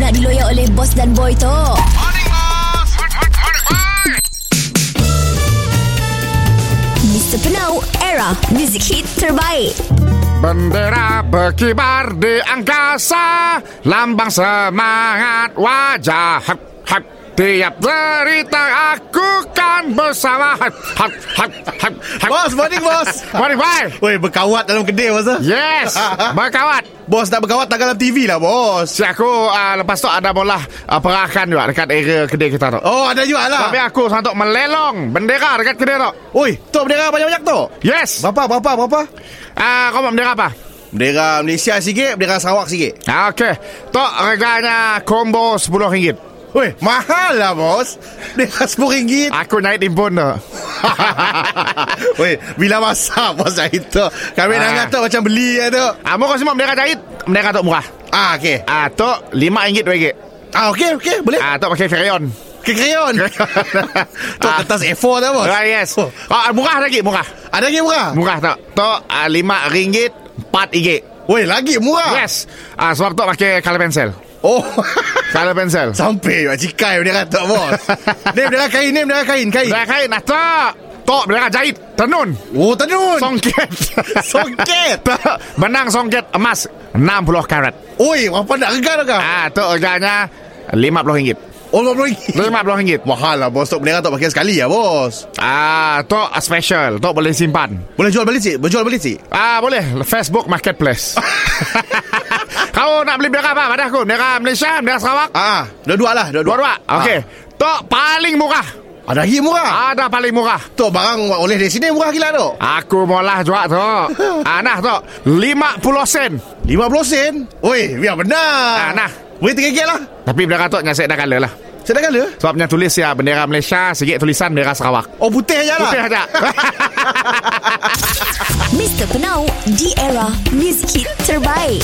nak diloyak oleh bos dan boy tu. Mr. Penau, era music hit terbaik. Bendera berkibar di angkasa Lambang semangat wajah hap, hap. Tiap derita aku kan bersama hap, hap, hap, hap, hap. Bos, morning bos. Morning, boy. Woi, berkawat dalam kedai masa. Yes Berkawat Bos tak berkawat tak dalam TV lah bos. Si aku uh, lepas tu ada bola uh, perakan juga dekat area kedai kita tu Oh, ada juga lah. Tapi aku sangat melelong bendera dekat kedai tu Oi, tu bendera banyak-banyak tu. Yes Berapa, berapa, berapa? uh, Kau buat bendera apa? Bendera Malaysia sikit, bendera Sarawak sikit. Ah, Okey Tok reganya combo RM10 Woi, mahal lah bos. Bendera RM10. Aku naik timbun tu Woi, bila masa bos dah itu. Ah. Kami nak kata macam beli lah tu. Ah, mau kau semua bendera jahit Bendera tok murah Ah, okey. Ah, tok RM5 RM2 Ah, okey, okey, boleh. Ah, tok pakai krayon Ke krayon. tu Ah. kertas A4 dah bos. Ah, yes Oh, ah, Murah lagi murah ada lagi murah? Murah tok Tok ah, RM5 RM4 Woi, lagi murah. Yes ah, Sebab tok pakai color pencil Oh. Color pencil Sampai buat cikai bendera tu bos. ni bendera kain, ni bendera kain, kain. Bendera kain ah, tok Tok bendera jahit Tenun Oh, tenun. Songket Songket. Tok Benang songket emas 60 karat Oi, apa nak harga tu kah? Ah, tok harganya RM50 Oh, RM50. RM50 Mahal lah bos. Tok bendera tak pakai sekali ya bos. Ah, tok special Tok boleh simpan Boleh jual balik cik? Boleh jual balik cik? Ah boleh Facebook Marketplace. Kau nak beli bendera apa pada aku? Bendera Malaysia, bendera Sarawak? Ah, dua-dua lah. Dua-dua. Dua-dua. Okey. Tok paling murah. Ah, ada lagi murah. Ada paling murah. Tok barang oleh dari sini murah gila tu. Aku maulah jual tok. Anah tok 50 sen. 50 sen. Oi, biar benar. Ah, nah. Boleh tiga gel lah. Tapi bendera tok nyasek dah kala lah. Saya dah kala. Sebabnya tulis ya bendera Malaysia, sikit tulisan bendera Sarawak. Oh, putih je lah. Putih aja. Mr. Penau, di era music hit terbaik.